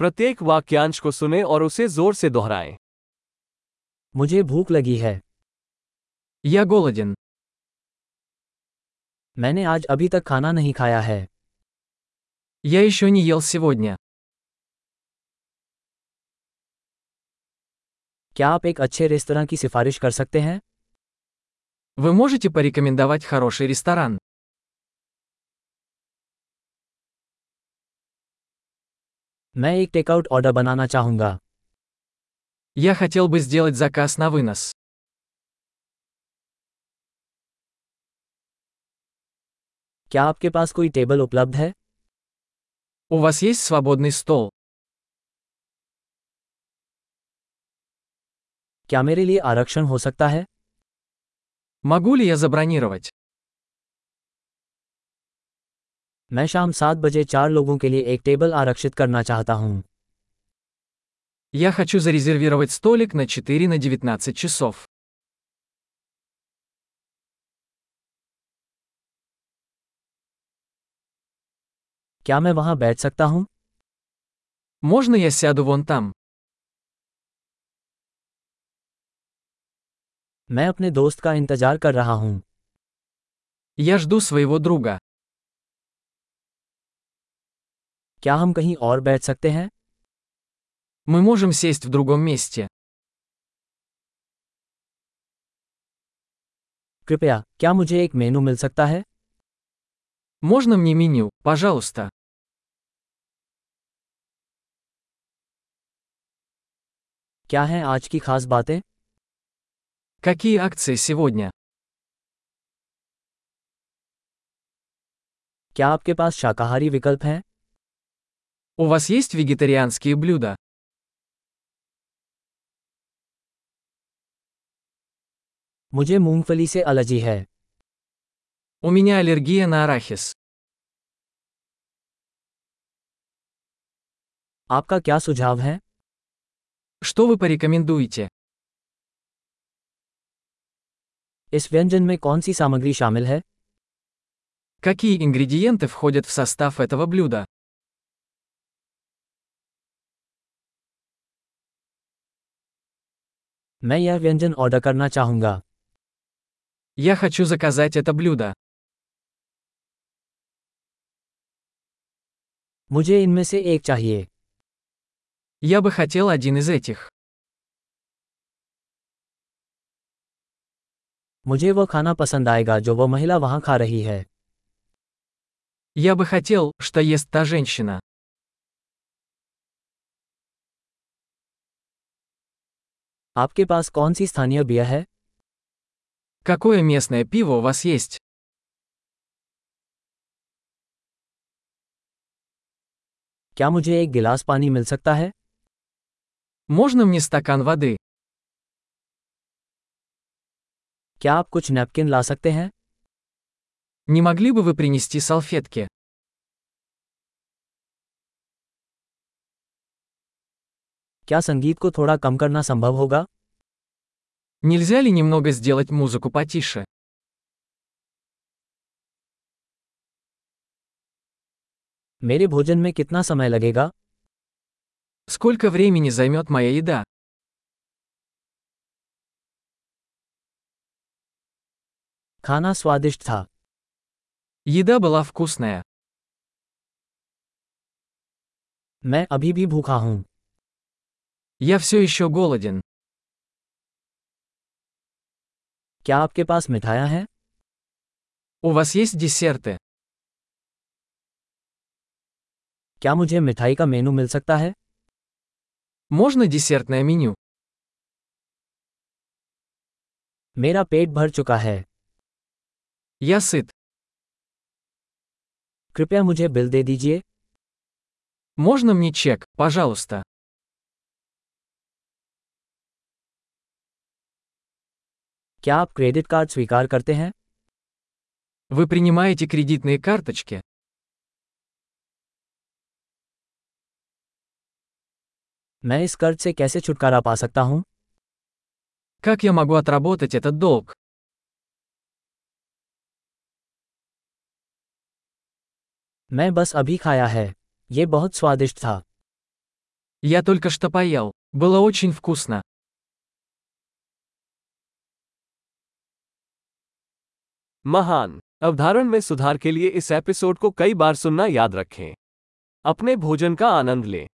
प्रत्येक वाक्यांश को सुने और उसे जोर से दोहराएं मुझे भूख लगी है Я голоден. मैंने आज अभी तक खाना नहीं खाया है Я еще не ел сегодня. क्या आप एक अच्छे रेस्तरा की सिफारिश कर सकते हैं Вы можете порекомендовать хороший ресторан? मैं एक टेकआउट ऑर्डर बनाना चाहूँगा Я хотел бы сделать заказ на вынос. क्या आपके पास कोई टेबल उपलब्ध है У вас есть свободный стол? क्या मेरे लिए आरक्षण हो सकता है Могу ли я забронировать? मैं शाम सात बजे चार लोगों के लिए एक टेबल आरक्षित करना चाहता हूँ Я хочу зарезервировать столик на 4 на 19 часов. क्या मैं वहाँ बैठ सकता हूँ Можно я сяду вон там? मैं अपने दोस्त का इंतजार कर रहा हूँ Я жду своего друга. क्या हम कहीं और बैठ सकते हैं Мы можем сесть в другом месте. कृपया क्या मुझे एक मेनू मिल सकता है Можно мне меню, пожалуйста? क्या हैं आज की खास बातें Какие акции сегодня? क्या आपके पास शाकाहारी विकल्प हैं У вас есть вегетарианские блюда? मुझे मूंगफली से एलर्जी है У меня аллергия на арахис. आपका क्या सुझाव है Что вы порекомендуете? इस व्यंजन में कौन सी सामग्री शामिल है Какие ингредиенты входят в состав этого блюда? मैं यह व्यंजन ऑर्डर करना चाहूँगा Я хочу заказать это блюдо. मुझे इनमें से एक चाहिए Я бы хотел один из этих. मुझे वह खाना पसंद आएगा जो वह महिला वहाँ खा रही है Я бы хотел, что ест та женщина. आपके पास कौन सी स्थानीय बियर है Какое местное пиво у вас есть? क्या मुझे एक गिलास पानी मिल सकता है Можно мне стакан воды? क्या आप कुछ नैपकिन ला सकते हैं Не могли бы вы принести салфетки? क्या संगीत को थोड़ा कम करना संभव होगा Нельзя ли немного сделать музыку потише? मेरे भोजन में कितना समय लगेगा Сколько времени займет моя еда? खाना स्वादिष्ट था Еда была вкусная. मैं अभी भी भूखा हूँ Я все еще голоден. क्या आपके पास मिठाइयाँ हैं У вас есть десерты? क्या मुझे मिठाई का मेनू मिल सकता है Можно десертное меню? मेरा पेट भर चुका है Я сыт. कृपया मुझे बिल दे दीजिए Можно мне чек, пожалуйста? क्या आप क्रेडिट कार्ड स्वीकार करते हैं Вы принимаете кредитные карточки? मैं इस कर्ज से कैसे छुटकारा पा सकता हूँ Как я могу отработать этот долг? मैं बस अभी खाया है ये बहुत स्वादिष्ट था Я только что поел. Было очень вкусно. महान अवधारण में सुधार के लिए इस एपिसोड को कई बार सुनना याद रखें अपने भोजन का आनंद लें